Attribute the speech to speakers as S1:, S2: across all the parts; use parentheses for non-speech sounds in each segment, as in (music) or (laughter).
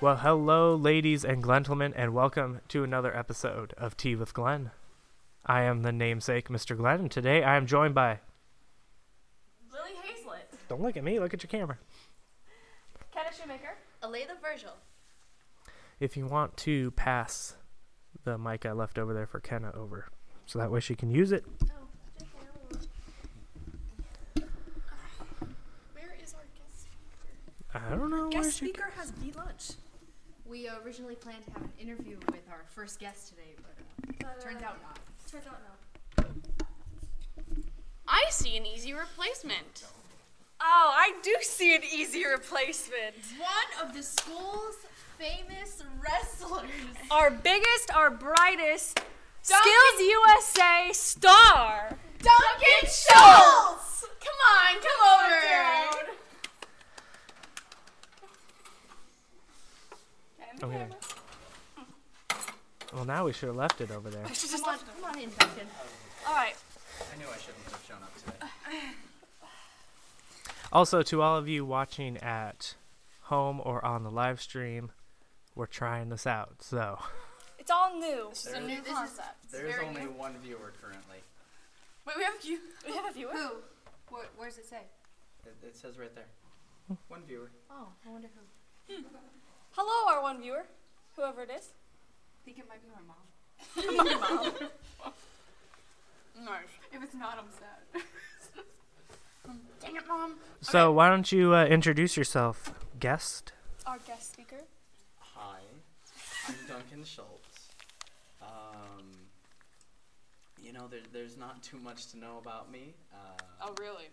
S1: Well, hello, ladies and gentlemen, and welcome to another episode of Tea with Glenn. I am the namesake, Mr. Glenn, and today I am joined by.
S2: Lily Hazlett,
S1: Don't look at me, look at your camera.
S2: Kenna Shoemaker,
S3: Alayla Virgil.
S1: If you want to pass the mic I left over there for Kenna over, so that way she can use it.
S3: Oh, Where is our guest?
S1: I don't know where she.
S2: speaker has B lunch.
S3: We originally planned to have an interview with our first guest today, but uh, turns out not.
S2: Turns out no.
S4: I see an easy replacement.
S2: Oh, I do see an easy replacement.
S3: One of the school's famous
S2: (laughs)
S3: wrestlers.
S2: Our biggest, our brightest, Skills USA star.
S3: Duncan Schultz! Come on, come over!
S1: Okay. Well, now we should have left it over there.
S3: Come on, come on in, Duncan.
S2: All right.
S5: I knew I shouldn't have shown up today.
S1: Also, to all of you watching at home or on the live stream, we're trying this out, so.
S2: It's all new.
S4: This is a
S5: There-
S4: new
S3: this is-
S4: concept.
S5: There's
S3: very
S5: only
S3: good.
S5: one viewer currently.
S4: Wait, we have you.
S2: We have a viewer.
S3: Who? Where, where does it say?
S5: It, it says right there. One viewer.
S3: Oh, I wonder who. I
S2: Hello, our one viewer, whoever it is.
S3: think it might be my mom. (laughs)
S4: Nice.
S3: If it's not, I'm sad.
S4: Dang it, mom.
S1: So, why don't you uh, introduce yourself, guest?
S2: Our guest speaker.
S5: Hi, I'm Duncan Schultz. Um, you know, there, there's not too much to know about me. Uh,
S4: Oh, really?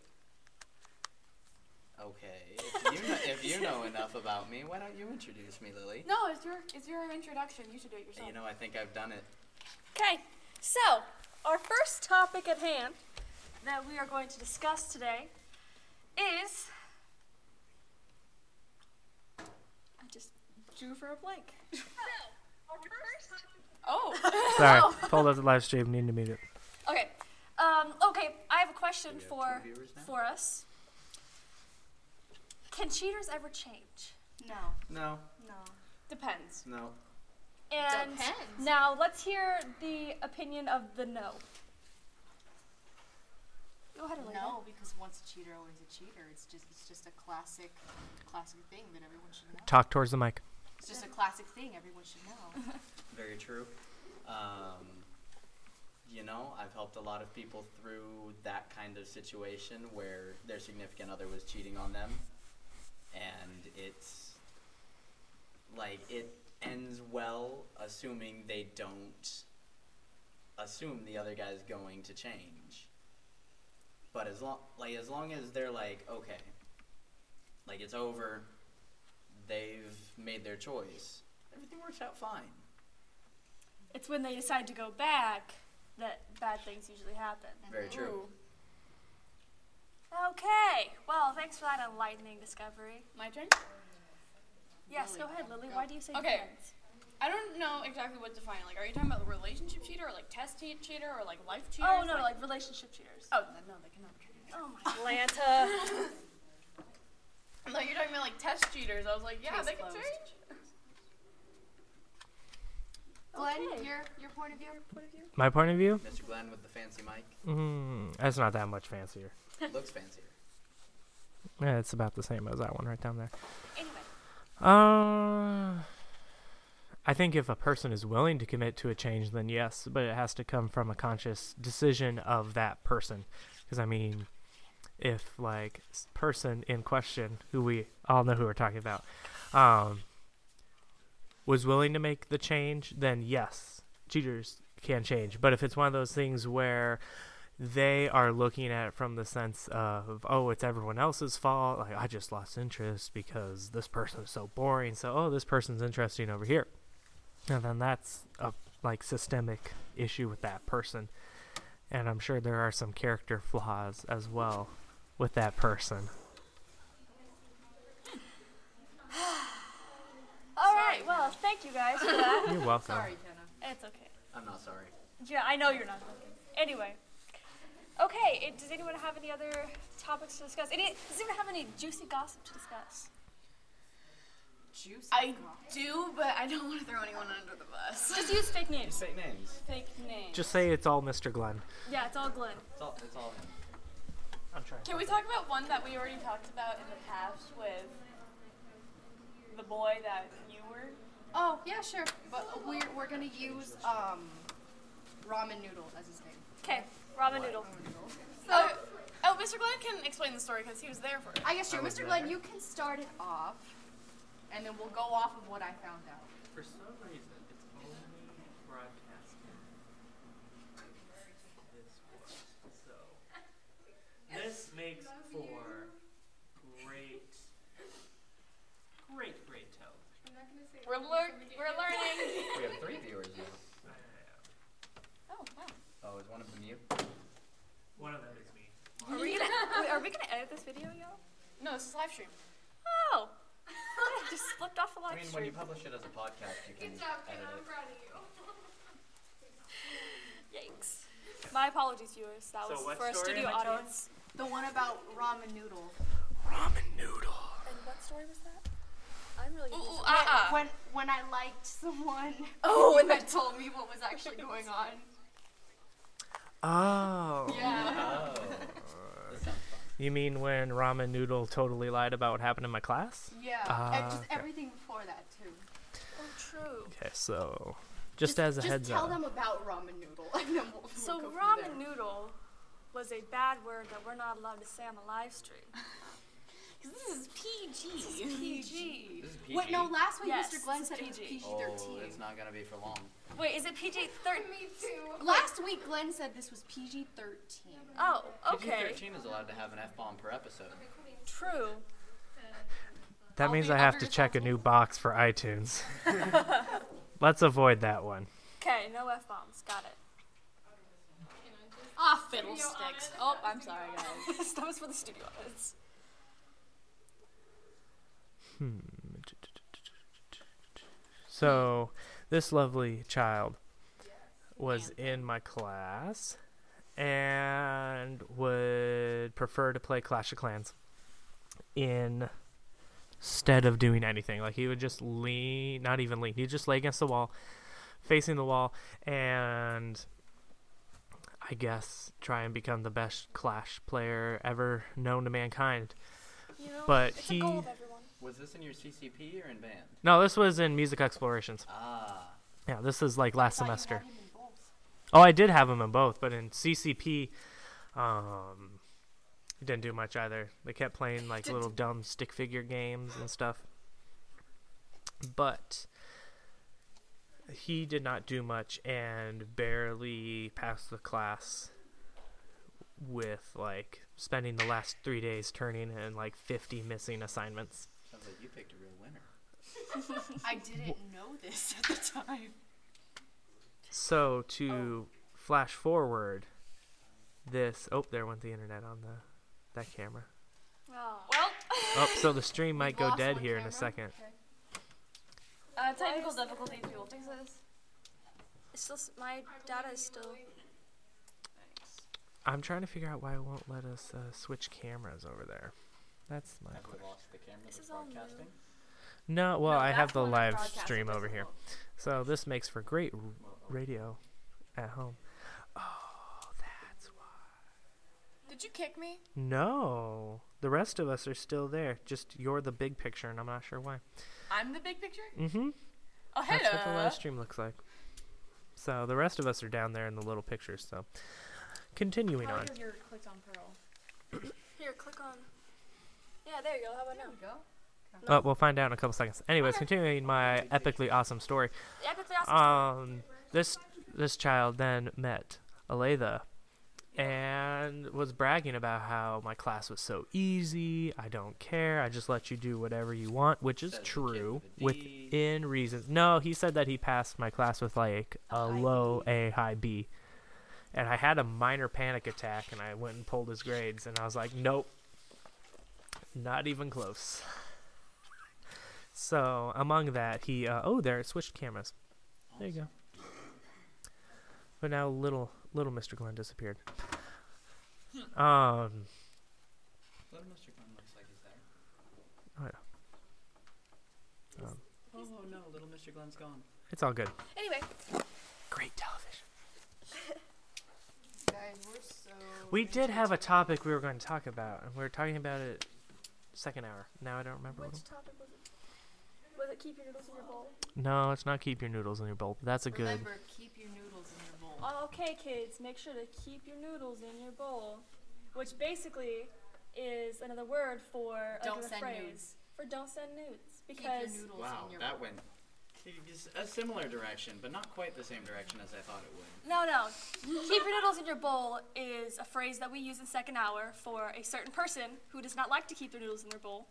S5: Okay, if you, know, if you know enough about me, why don't you introduce me, Lily?
S4: No, it's your it's your introduction. You should do it yourself.
S5: You know, I think I've done it.
S2: Okay, so our first topic at hand that we are going to discuss today is. I just drew for a blank.
S4: Oh,
S1: Sorry, (laughs) pulled up the live stream, need to mute it.
S2: Okay, um, okay, I have a question
S5: We have
S2: for
S5: two viewers now?
S2: for us. Can cheaters ever change?
S3: No,
S5: No,
S3: no.
S4: depends.
S5: no.
S2: And
S3: Depends.
S2: now let's hear the opinion of the no. Go ahead, Elena.
S3: No, because once a cheater, always a cheater. It's just it's just a classic, classic thing that everyone should know.
S1: Talk towards the mic.
S3: It's just a classic thing everyone should know.
S5: Very true. Um, you know, I've helped a lot of people through that kind of situation where their significant other was cheating on them. And it's like it ends well, assuming they don't assume the other guy's going to change. But as long like as long as they're like, okay, like it's over, they've made their choice. Everything works out fine.
S2: It's when they decide to go back that bad things usually happen.
S5: Very true.
S2: Okay. Well, thanks for that enlightening discovery.
S4: My turn.
S2: Yes,
S3: Lily,
S2: go ahead, Lily.
S3: go.
S2: Why do you say
S4: Okay.
S2: depends?
S4: I don't know exactly what to define. Like, are you talking about relationship cheater, or like test che- cheater, or like life cheater?
S2: Oh no, like relationship cheaters.
S4: oh no, no, they cannot. be cheaters.
S2: Oh my Atlanta.
S4: No, you're talking about like test cheaters. I was like, yeah,
S3: Case
S4: they can
S3: closed.
S4: change.
S3: Glenn,
S2: Okay.
S3: your your point of view. Point of view.
S1: My point of view?
S5: Mr. Glenn with the fancy
S2: (laughs)
S5: mic.
S1: Mm, that's not that much fancier.
S5: Looks fancier.
S1: Yeah, it's about the same as that one right down there.
S2: anyway,
S1: Uh, I think if a person is willing to commit to a change, then yes, but it has to come from a conscious decision of that person. Because, I mean, if, like, s- person in question, who we all know who we're talking about, um, was willing to make the change, then yes, cheaters can change. But if it's one of those things where they are looking at it from the sense of, oh, it's everyone else's fault. Like, I just lost interest because this person is so boring. So, oh, this person's interesting over here. And then that's a like systemic issue with that person. And I'm sure there are some character flaws as well with that person.
S2: all right. Well, thank you guys
S3: (laughs)
S2: for that.
S1: You're welcome.
S3: Sorry, Kenna.
S2: it's okay.
S5: I'm not sorry.
S2: Yeah, I know you're not. Anyway. Okay. It, does anyone have any other topics to discuss? Any, does anyone have any juicy gossip to discuss?
S3: juice
S4: I
S3: alcohol.
S4: do, but I don't want to throw anyone under the bus.
S2: Just use fake
S5: Just
S2: names.
S5: say names.
S4: Fake name.
S1: Just say it's all Mr. Glenn.
S2: Yeah, it's all Glenn.
S5: It's all. It's all him.
S1: I'm trying.
S4: Can we talk about one that we already talked about in the past with the boy that you were?
S3: Oh yeah, sure. But we're we're gonna use um ramen noodle as his name.
S2: Okay, ramen noodle. (laughs)
S3: Ramen noodle.
S4: Oh, oh, Mr. Glenn can explain the story because he was there for it.
S3: I guess sure,
S5: I would
S3: Mr. Glenn,
S5: rather.
S3: you can start it off, and then we'll go off of what I found out.
S5: For some reason, it's only broadcasting this way. So this makes for great, great, great television.
S4: We're, lear- we're learning.
S5: We have three viewers now.
S4: oh, wow.
S5: Oh, is one of them you?
S6: One of them is me.
S2: Are we gonna are we gonna edit this video, y'all?
S4: No, this is live stream.
S2: (laughs) Oh, just slipped off the
S5: I
S2: live
S5: mean, when you
S2: stream.
S5: publish it as a podcast, you can edit it.
S2: Yikes. My apologies, viewers. That
S6: So
S2: was
S6: what
S2: for a
S6: story
S2: studio
S6: am I telling?
S2: audience.
S3: The one about ramen noodle.
S1: Ramen noodle.
S2: And what story was that? I'm really.
S4: Ooh,
S2: confused.
S4: uh-uh.
S3: When when I liked (laughs) someone.
S4: Oh,
S3: Uh-huh. and that told me what was actually going on.
S1: Oh.
S3: Yeah.
S5: Oh, (laughs) this sounds fun.
S1: You mean when Ramen Noodle totally lied about what happened in my class?
S3: Yeah.
S1: Ah,
S3: and just
S1: okay.
S3: everything before that too.
S2: Oh, true.
S1: Okay, so just, as a heads
S3: tell
S1: up.
S3: them about ramen noodle, (laughs) and then we'll,
S2: So
S3: we'll go from
S2: ramen
S3: there.
S2: noodle was a bad word that we're not allowed to say on the live stream.
S4: Because this is PG.
S5: This is PG.
S3: Wait, no. Last week,
S2: Yes,
S3: Mr. Glenn
S2: it's
S3: said it was
S2: PG.
S3: PG
S5: oh,
S3: thirteen.
S5: it's not gonna be for long.
S2: (laughs) Wait, is it PG (laughs) thirteen?
S3: Oh, last week, Glenn said this was PG thirteen.
S2: Oh, okay.
S5: PG-13 is allowed to have an F-bomb per episode.
S2: True.
S1: That
S4: I'll
S1: means
S4: be-
S1: I
S4: I'll
S1: have
S4: be
S1: to check a new box for iTunes.
S3: (laughs)
S1: Let's avoid that one.
S2: Okay, no f bombs. Got it. (laughs)
S4: Ah, fiddlesticks. Oh, I'm sorry, guys.
S2: that was for the studio audience.
S1: So, this lovely child was in my class and would prefer to play Clash of Clans in instead of doing anything. Like he would just lean, not even lean. He'd just lay against the wall, facing the wall, and I guess try and become the best Clash player ever known to mankind.
S2: You know,
S1: But
S2: Oh, it's
S1: he-
S2: a goal of everyone.
S5: Was this in your CCP or in band?
S1: No, this was in Music Explorations.
S5: Ah,
S1: Yeah, this is like last
S3: Thought you had
S1: semester.
S3: him in both.
S1: Oh, I did have them in both, but in CCP, um, it didn't do much either. They kept playing like little dumb stick figure games and stuff. But he did not do much and barely passed the class with like spending the last three days turning in like 50 missing assignments.
S5: sounds like you picked a real winner.
S3: I didn't know this at the time.
S1: So to flash forward, this oh there went the internet on the that camera.
S2: Oh.
S4: Well,
S1: Oh, so
S3: (laughs)
S1: the stream might go
S3: Lost
S1: dead
S3: one
S1: here in
S3: camera?
S1: a second.
S3: Okay.
S4: uh, technical difficulties. We will fix this.
S2: It's still s- my data is still.
S1: I'm trying to figure out why it won't let us uh, switch cameras over there. That's my
S5: Have we
S1: question.
S5: lost the camera
S2: This
S5: that's
S2: is all new.
S5: broadcasting?
S1: No, well, I
S3: that's
S1: have the
S3: one I
S1: live
S3: broadcast, it
S1: stream
S3: doesn't
S1: over here.
S3: look.
S1: So this makes for great r- radio at home. Oh, that's why.
S4: Did you kick me?
S1: No, the rest of us are still there. Just you're the big picture, and I'm not sure why.
S4: I'm the big picture?
S1: Mm-hmm.
S4: Oh, hello.
S1: That's what the live stream looks like. So the rest of us are down there in the little pictures. So continuing on.
S3: you're clicked on Pearl.
S2: Here, click on. Yeah, there you go. How about now?
S3: go.
S1: Uh, we'll find out in a couple seconds. Anyways, continuing my epically awesome story.
S2: Yeah, that's awesome.
S1: Um, this this child then met Aletha, and was bragging about how my class was so easy. I don't care. I just let you do whatever you want, which is
S5: Says the kid
S1: true
S5: with a D.
S1: within reasons. No, he said that he passed my class with like a
S3: high
S1: low A, high B. And I had a minor panic attack, and I went and pulled his grades, and I was like, nope, not even close. So among that, he uh, oh there it switched cameras. There you go. But now little little Mr. Glenn disappeared. Um,
S5: Little Mr. Glenn looks like he's there.
S1: I know.
S2: He's
S5: Oh no, little Mr. Glenn's gone.
S1: It's all good.
S2: Anyway,
S1: Great television.
S7: Guys, we're so.
S1: We did have a topic we were going to talk about, and we were talking about it second hour. Now I don't remember. What
S2: which topic was it? Was it keep your noodles in your bowl?
S1: no, it's not keep your noodles in your bowl. That's a good.
S3: Remember, keep your noodles in your bowl.
S2: Okay, kids, make sure to keep your noodles in your bowl, which basically is another word for
S3: Don't
S2: another
S3: send
S2: phrase
S3: nudes.
S2: for don't send nudes
S3: Keep your
S2: because
S3: noodles
S5: Wow,
S3: in your
S5: that went s- a similar direction, but not quite the same direction as I thought it would.
S2: no, no, keep your noodles in your bowl is a phrase that we use in second hour for a certain person who does not like to keep their noodles in their bowl,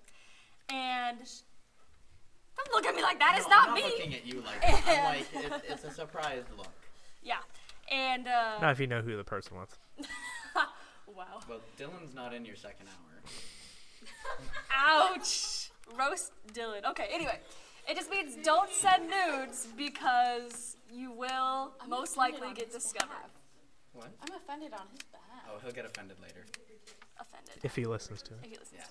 S2: and don't look at me like that. it's
S5: No,
S2: not,
S5: I'm not
S2: me.
S5: looking at you like
S2: (laughs)
S5: that. I'm like, it, it's a surprised look.
S2: Yeah, and uh,
S1: Not if you know who the person was.
S2: (laughs) wow,
S5: Well, Dylan's not in your second hour.
S2: ouch, roast Dylan. Okay, anyway. It just means don't send nudes because you will
S4: I'm
S2: most
S4: offended
S2: likely
S4: on
S2: get
S4: his
S2: discovered.
S4: behalf.
S5: What?
S4: I'm offended on his behalf.
S5: Oh, he'll get offended later.
S2: Offended.
S1: If he listens to it.
S2: If you listen
S5: Yeah.
S2: to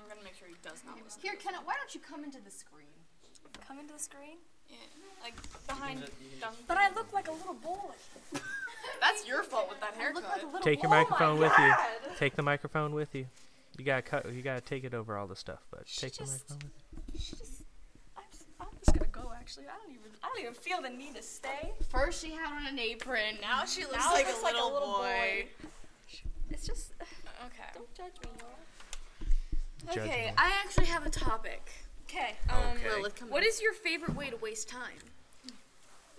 S4: I'm gonna make sure he does not listen.
S3: Here, Kenna, why don't you come into the screen?
S2: it. Come into the screen.
S4: Yeah, like behind
S5: just- you can
S4: dumb.
S2: But I look like a little boy.
S4: (laughs) That's your fault with that haircut.
S2: Look like a little
S1: Take your
S2: oh my
S1: microphone with you.
S2: God.
S1: Take the microphone with you. You gotta cut. You gotta take it over all the stuff, but
S2: She
S1: take the
S2: just-
S1: microphone. With
S2: She just, I'm, just, I'm just gonna go. Actually, I don't even. I don't even feel the need to stay.
S7: First, she had on an apron. Now she looks
S2: Now
S7: like,
S2: it looks
S7: a, little boy.
S2: It's just.
S7: Okay.
S2: Don't judge me, Nora.
S1: you. Judging
S7: Okay,
S1: him.
S7: I actually have a topic.
S2: Okay.
S7: Um,
S5: Okay. Lilith,
S7: Lilith, what is your favorite way to waste time?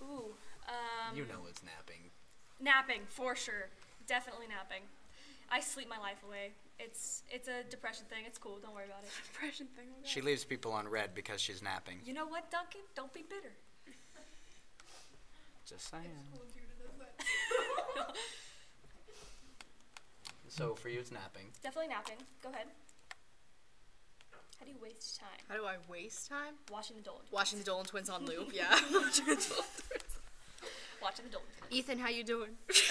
S2: Ooh. Um.
S5: You know it's napping.
S2: Napping for sure. Definitely napping. I sleep my life away. It's it's a depression thing. It's cool. Don't worry about it.
S7: (laughs) Depression thing. like that.
S5: She leaves people on red because she's napping.
S2: You know what, Duncan? Don't be bitter.
S5: Just saying. (laughs) so for you, it's napping.
S2: Definitely napping. Go ahead. How do you waste time?
S7: How do I waste time?
S2: Watching the Dolan.
S7: Watching the Dolan twins on
S2: (laughs)
S7: loop. Yeah, (laughs) watching the Dolan twins.
S2: Watching the Dolan.
S7: Ethan, how you doing?
S2: Yes.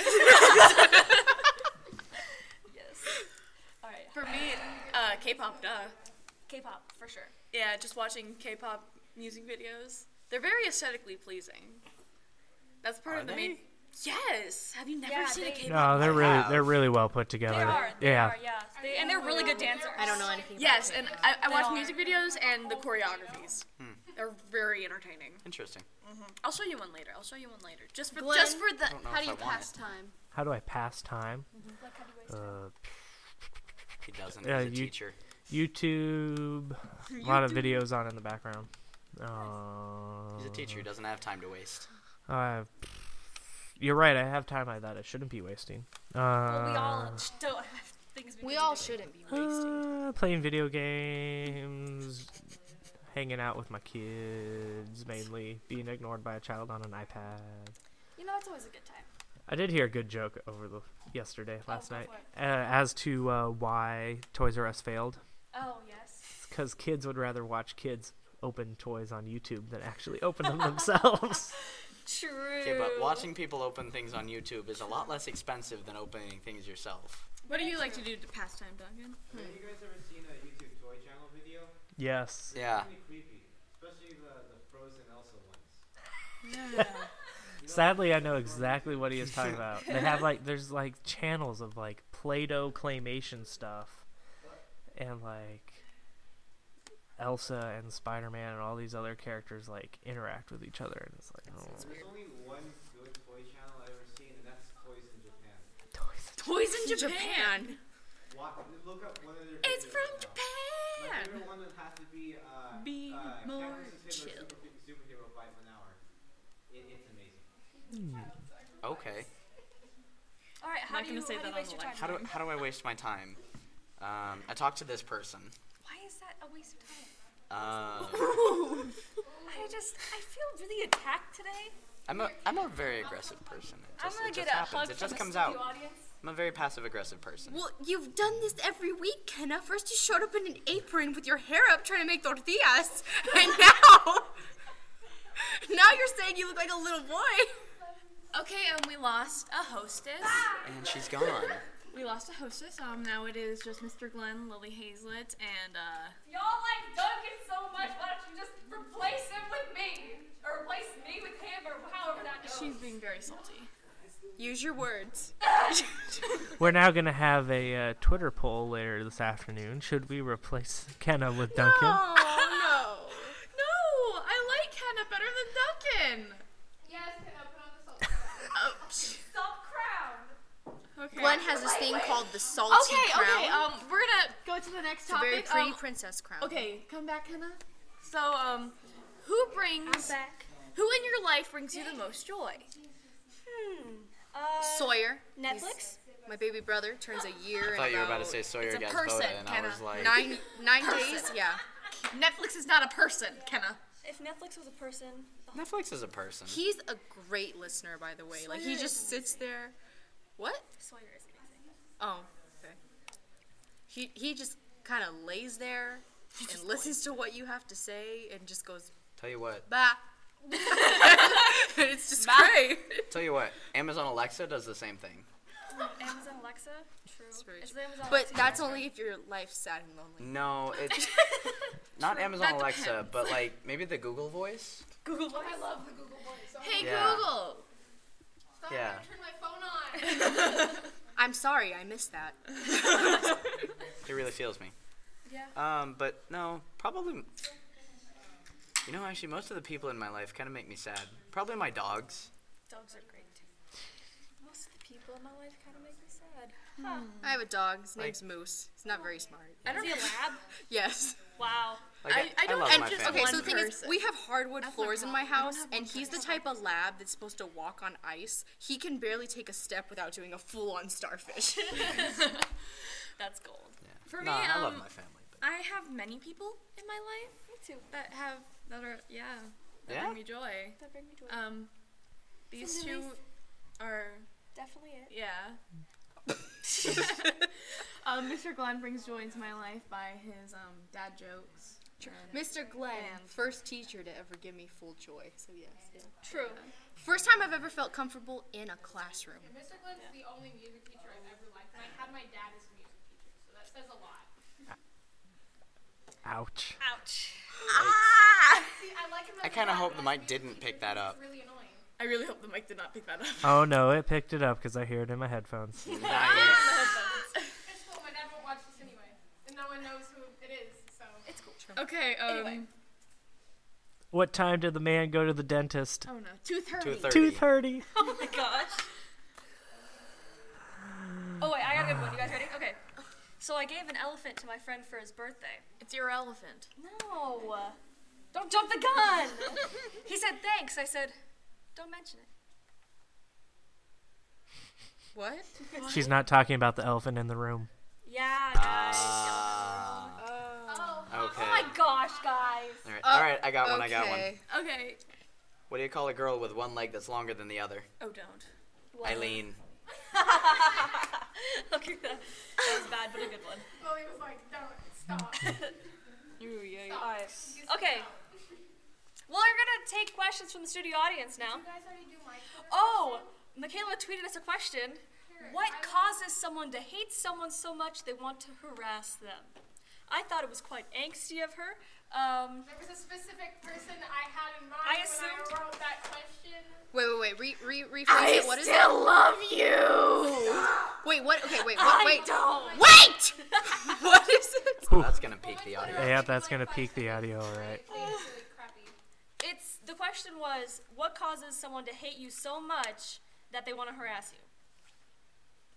S2: All right.
S7: For me, uh, K-pop, duh.
S2: K-pop for sure.
S7: Yeah, just watching K-pop music videos. They're very aesthetically pleasing. That's part
S5: Are
S7: of the
S5: they?
S7: main. Yes. Have you never
S2: Yeah,
S7: seen a
S2: they-
S1: No,
S7: K-pop?
S1: they're really
S5: have.
S1: they're really well put together.
S2: They are. They
S1: yeah.
S2: are. Yeah. They, and they're really good dancers.
S8: I don't know anything. about
S7: Yes,
S8: it.
S7: and I, I watch
S2: are.
S7: music videos and the choreographies.
S5: Hmm.
S7: They're very entertaining.
S5: Interesting.
S7: I'll show you one later. I'll show you one later. Just for
S8: Glenn?
S7: just for the.
S5: don't know
S8: How
S5: if
S8: do you
S5: I want
S8: pass time?
S1: How do I pass time?
S2: Mm-hmm. Like how do you waste time?
S1: Uh,
S5: He doesn't.
S1: Yeah,
S5: He's a
S1: you-
S5: teacher.
S1: YouTube. A lot of videos on in the background. Uh,
S5: He's a teacher who doesn't have time to waste.
S1: I- you're right. I have time like that. I shouldn't be wasting. Uh,
S2: Well, we all don't have things we,
S8: We
S2: can
S8: all
S2: do.
S8: shouldn't be wasting.
S1: Uh, playing video games, hanging out with my kids mainly, being ignored by a child on an iPad.
S2: You know, that's always a good time. Oh,
S1: I did hear a good joke over the yesterday last
S2: go
S1: night
S2: for it.
S1: uh, as to uh, why Toys R Us failed.
S2: Oh yes.
S1: Because kids would rather watch kids open toys on YouTube than actually open them themselves.
S2: True.
S5: Okay, but watching people open things on YouTube is a lot less expensive than opening things yourself.
S7: What do you like to do to pass time, Duncan?
S9: Have you guys ever seen a YouTube toy channel video?
S1: yes.
S5: Yeah.
S9: Pretty creepy, especially the, the Frozen Elsa ones.
S1: Sadly, I know exactly what he is talking about. They have like there's like channels of like Play-Doh claymation stuff, and like Elsa and Spider-Man and all these other characters like interact with each other, and it's like oh.
S9: There's only one good toy channel I've ever seen, and that's Toys in Japan.
S7: Toys in Japan.
S9: Watch, look up one of their
S7: It's
S9: videos
S7: from
S9: now. My
S7: Japan.
S9: favorite one would have to be uh,
S7: Be
S9: uh,
S7: more
S9: Cactus
S7: chill.
S9: Hitler Super, Superhero Fight an hour. It, it's amazing.
S5: Okay.
S2: All right. How
S7: Not
S2: do you,
S7: gonna say
S2: how do you
S7: that on
S2: waste your
S7: the
S2: time?
S5: How do how do I waste my time? Um, I talk to this person.
S2: Why is that a waste of time?
S5: Um,
S2: (laughs) I just I feel really attacked today.
S5: I'm a I'm a very aggressive person. It
S2: I'm
S5: just,
S2: gonna
S5: it
S2: get
S5: just
S2: a
S5: happens.
S2: hug
S5: it
S2: from
S5: just
S2: the
S5: comes out.
S2: studio audience.
S5: I'm a very passive aggressive person.
S8: Well, you've done this every week, Kenna. First, you showed up in an apron with your hair up trying to make tortillas, (laughs) and now, now you're saying you look like a little boy.
S7: Okay, and we lost a hostess.
S5: And she's gone.
S7: We lost a hostess. Um, now it is just Mr. Glenn, Lily Hazlett, and uh,
S4: Y'all like Duncan so much, why don't you just replace him with me? Or replace me with him, or however that goes.
S7: she's being very salty.
S3: Use your words.
S1: We're now going to have a uh, Twitter poll later this afternoon. Should we replace Kenna with Duncan?
S3: Oh
S7: No, Oh, I like Hannah better than Duncan.
S4: Yes, can I put on the salt,
S3: no. Ouch.
S4: salt crown?
S7: Okay.
S3: Glenn has this thing called the salty
S7: okay,
S3: crown.
S7: okay. Um, we're gonna go to the next
S3: it's a
S7: topic.
S3: very pretty
S7: Um,
S3: princess crown.
S7: okay, come back, Hannah. So, um, who brings
S2: back.
S7: who in your life brings you the most joy?
S2: Hmm. Uh,
S3: Sawyer,
S2: Netflix?
S3: my baby brother, turns a year.
S5: I thought you were about to say Sawyer
S3: it's a
S5: against
S3: person,
S5: Boda, and I
S3: Kenna.
S5: was like,
S3: nine nine days.
S7: (laughs)
S3: Yeah.
S7: Netflix is not a person, Kenna.
S2: If Netflix was a
S7: (laughs)
S2: person,
S5: Netflix is a person.
S3: He's a great listener, by the way. Like he just sits there. What?
S2: Sawyer is amazing.
S3: Oh, okay. He he just kind of lays there and listens to what you have to say and just goes
S5: Tell you
S3: (laughs)
S5: what.
S3: bah. it's just great.
S5: Tell you what. Amazon Alexa does the same thing.
S2: Amazon Alexa? True.
S3: It's very
S2: Is it Amazon
S3: But
S2: Alexa?
S3: that's only if your life's sad and lonely.
S5: No, it's not Amazon
S7: That
S5: Alexa,
S7: depends.
S5: but like maybe the Google Voice.
S7: Google.
S4: I love the Google Voice. Oh,
S7: Hey
S5: Yeah.
S7: Google.
S5: Yeah.
S4: turn my phone on.
S3: I'm sorry, I missed that.
S5: It really feels me.
S2: Yeah.
S5: Um, but no, probably. You know, actually, most of the people in my life kind of make me sad. Probably my dogs.
S2: Dogs are great too. Most of the people in my life kind of make me sad. Huh.
S3: I have a dog. His name's Moose. He's not very smart.
S2: I don't Is he a lab?
S3: (laughs) Yes.
S2: Wow.
S5: Like,
S7: I- I don't-
S5: love
S7: and
S5: my
S7: just-
S5: family.
S3: Okay, so the
S7: One
S3: thing is,
S7: person.
S3: we have hardwood
S7: my
S3: floors in my
S7: problem. I don't
S3: house,
S7: have one
S3: and he's the type of lab that's supposed to walk on ice. He can barely take a step without doing a full-on starfish. (laughs)
S7: That's gold. For
S5: Nah,
S7: me,
S5: I love
S7: um,
S5: my family. But
S7: I have many people in my life me too. that have that are yeah that
S5: Yeah?
S7: bring me joy.
S2: That brings me to
S7: Um, these
S2: Somebody
S7: two
S2: else?
S7: are
S2: Definitely it.
S7: yeah. um, Mr. Glenn brings joy into my life by his um, dad jokes. and-
S3: Mr. Glenn,
S7: Man.
S3: first teacher to ever give me full joy. So yes.
S7: True.
S3: First time I've ever felt comfortable in a classroom.
S4: Mr. Glenn's the only music teacher I've ever liked, and I had my dad as a music teacher, so that says a lot.
S1: Ouch.
S2: Ouch.
S4: See, I like him.
S5: I kind of hope the mic didn't pick that (laughs) up.
S4: Really annoying.
S7: I really hope the mic did not pick that up.
S1: Oh no, it picked it up because I hear it in my headphones.
S5: Nice.
S4: It's cool. My dad won't watch this anyway, and no one knows who it is. So
S2: It's cool.
S7: Okay. Um,
S2: Anyway.
S1: What time did the man go to the dentist?
S7: Oh no, tooth hurt.
S5: Two
S1: Two
S5: thirty.
S1: thirty.
S2: Oh my gosh. Oh wait, I got a good one. You guys ready? Okay. So I gave an elephant to my friend for his birthday.
S7: It's your elephant.
S2: No. Don't jump the gun. he said thanks. I said, don't mention it.
S3: What?
S1: She's not talking about the elephant in the room.
S2: Yeah, guys.
S5: Ah,
S2: oh.
S5: okay.
S2: oh my gosh, guys.
S5: All right. All right. I got one. I got one.
S3: Okay.
S7: Okay.
S5: What do you call a girl with one leg that's longer than the other?
S7: Oh don't.
S2: What?
S5: Eileen.
S2: (laughs) okay, that, that was bad, but a good one.
S4: Lily was like, "Don't
S2: (laughs)
S4: stop."
S7: Ooh, yeah, yeah.
S2: All right. Okay. Well, we're gonna take questions from the studio audience now.
S4: guys already do my.
S2: Oh, Michaela tweeted us a question. What causes someone to hate someone so much they want to harass them? I thought it was quite angsty of her. Um,
S4: There was a specific person I had in mind
S2: I
S4: when
S2: assumed-
S4: I wrote that question.
S3: Wait, wait, wait. Re, re, rephrase it. What is it?
S2: love you.
S3: (gasps) Wait, what? Okay, wait,
S2: I
S3: what, wait.
S2: don't.
S3: Wait! what is it?
S5: Well, that's gonna peak the audio.
S1: Yeah, that's gonna peak the audio, all right.
S2: It's the question was what causes someone to hate you so much that they want to harass you.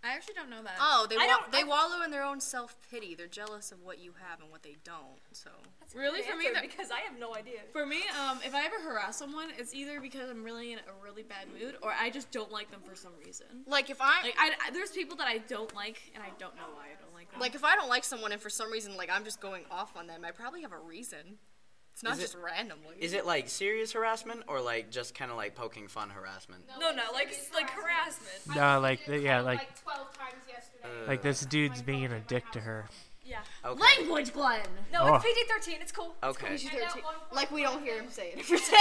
S7: I actually don't know that.
S3: Oh, they
S2: I
S3: wa-
S2: don't-
S3: they
S2: I-
S3: wallow in their own self pity. They're jealous of what you have and what they don't. So
S2: That's a
S7: Really?
S2: good
S7: For me,
S2: answer,
S7: that-
S2: because I have no idea.
S7: For me, um, if I ever harass someone, it's either because I'm really in a really bad mood or I just don't like them for some reason.
S3: like if I
S7: Like, I, I- there's people that I don't like, and I don't know why I don't like them.
S3: like if I don't like someone and for some reason like I'm just going off on them, I probably have a reason. It's not
S5: Is it-
S3: just randomly.
S5: Is it like serious harassment or like just kind of like poking fun harassment?
S2: No, no, like like harassment.
S1: No, like
S4: Did it
S1: yeah,
S4: call,
S1: like
S4: like twelve times
S5: Uh,
S4: yesterday.
S1: like this dude's being a dick to her.
S2: Yeah.
S5: Okay.
S7: Language, Glenn.
S2: No,
S1: Oh.
S2: it's PG-13. It's cool.
S5: Okay.
S7: (laughs)
S4: And at one point,
S3: Like we don't hear him say it every day.
S4: Can I,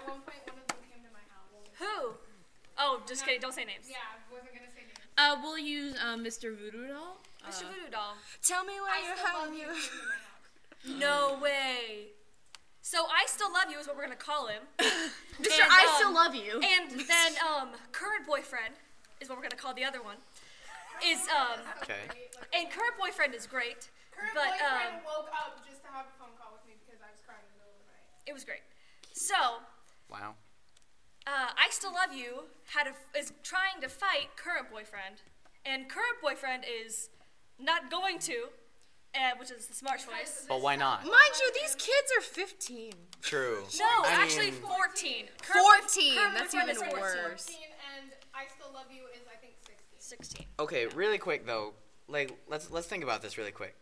S4: at one point, one of them came to my house.
S2: Who? Oh, just kidding. Don't say names.
S4: Yeah, I wasn't gonna say names.
S10: Uh, we'll use uh,
S7: um,
S10: Mr. Voodoo Doll.
S2: Mr.
S10: Uh,
S2: Voodoo Doll.
S7: Tell me why
S2: I
S7: you're
S2: still
S7: having you.
S2: No way. So I still love you is what we're gonna call him.
S10: Mr.
S2: And,
S10: I still
S2: um,
S10: love you.
S2: And then um, current boyfriend is what we're gonna call the other one. Is um,
S5: Okay.
S2: and current boyfriend is great,
S4: Current
S2: but um,
S4: boyfriend woke up just to have a phone call with me because I was crying in the middle of the night.
S2: it was great. So
S5: Wow.
S2: uh, I Still Love You had a, is trying to fight current boyfriend, and current boyfriend is not going to, uh, which is the smart choice.
S5: But why not?
S7: Mind you, these kids are 15.
S5: True.
S2: No,
S5: I
S2: actually
S5: mean,
S2: 14.
S7: 14,
S2: current
S7: that's
S2: boyfriend
S7: even
S2: is 14.
S7: worse.
S4: 14 and I still love you is I think 16.
S2: 16.
S5: Okay, really quick though. Like let's let's think about this really quick.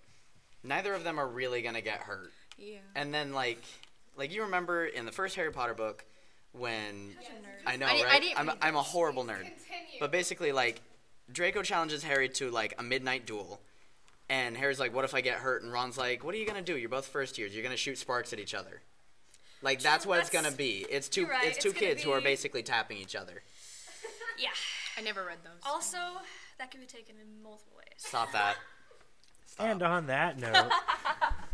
S5: Neither of them are really gonna get hurt.
S7: Yeah.
S5: And then like like you remember in the first Harry Potter book when I know
S7: I di- I
S5: right?
S7: didn't
S5: am
S7: read
S5: I'm a horrible nerd.
S4: Continue.
S5: But basically like Draco challenges Harry to like a midnight duel. And Harry's like, "What if I get hurt?" And Ron's like, "What are you gonna do? You're both first years. You're gonna shoot sparks at each other." Like that's what it's gonna be. It's two
S2: you're right,
S5: it's two
S2: it's gonna
S5: kids who are
S2: be-
S5: basically tapping each other.
S2: Yeah.
S7: I never read those.
S2: Also, that can be taken in multiple ways.
S5: Stop that.
S1: And on that note,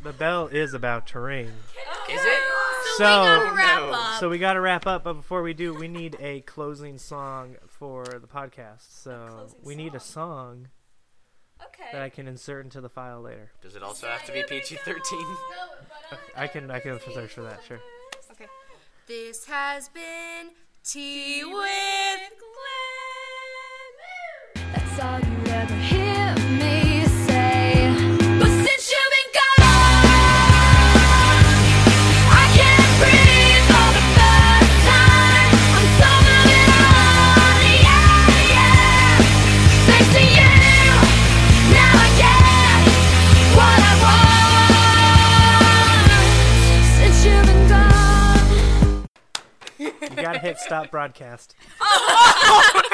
S1: the bell is about to ring.
S5: Is it?
S1: So,
S5: gotta wrap No. up.
S1: so we got to wrap up. But before we do, we need a closing song for the podcast. So we need a song
S2: Okay.
S1: that I can insert into the file later.
S5: Does it also have to be PG thirteen?
S1: I can I can search for that. Sure.
S7: Okay. This has been Tea with
S11: That's all you ever hear me say. But since you've been gone, I can't breathe for the first time. I'm so moving on, yeah, yeah. Thanks to you, now I get what I want. Since you've been gone.
S1: You gotta hit stop broadcast.
S11: Oh,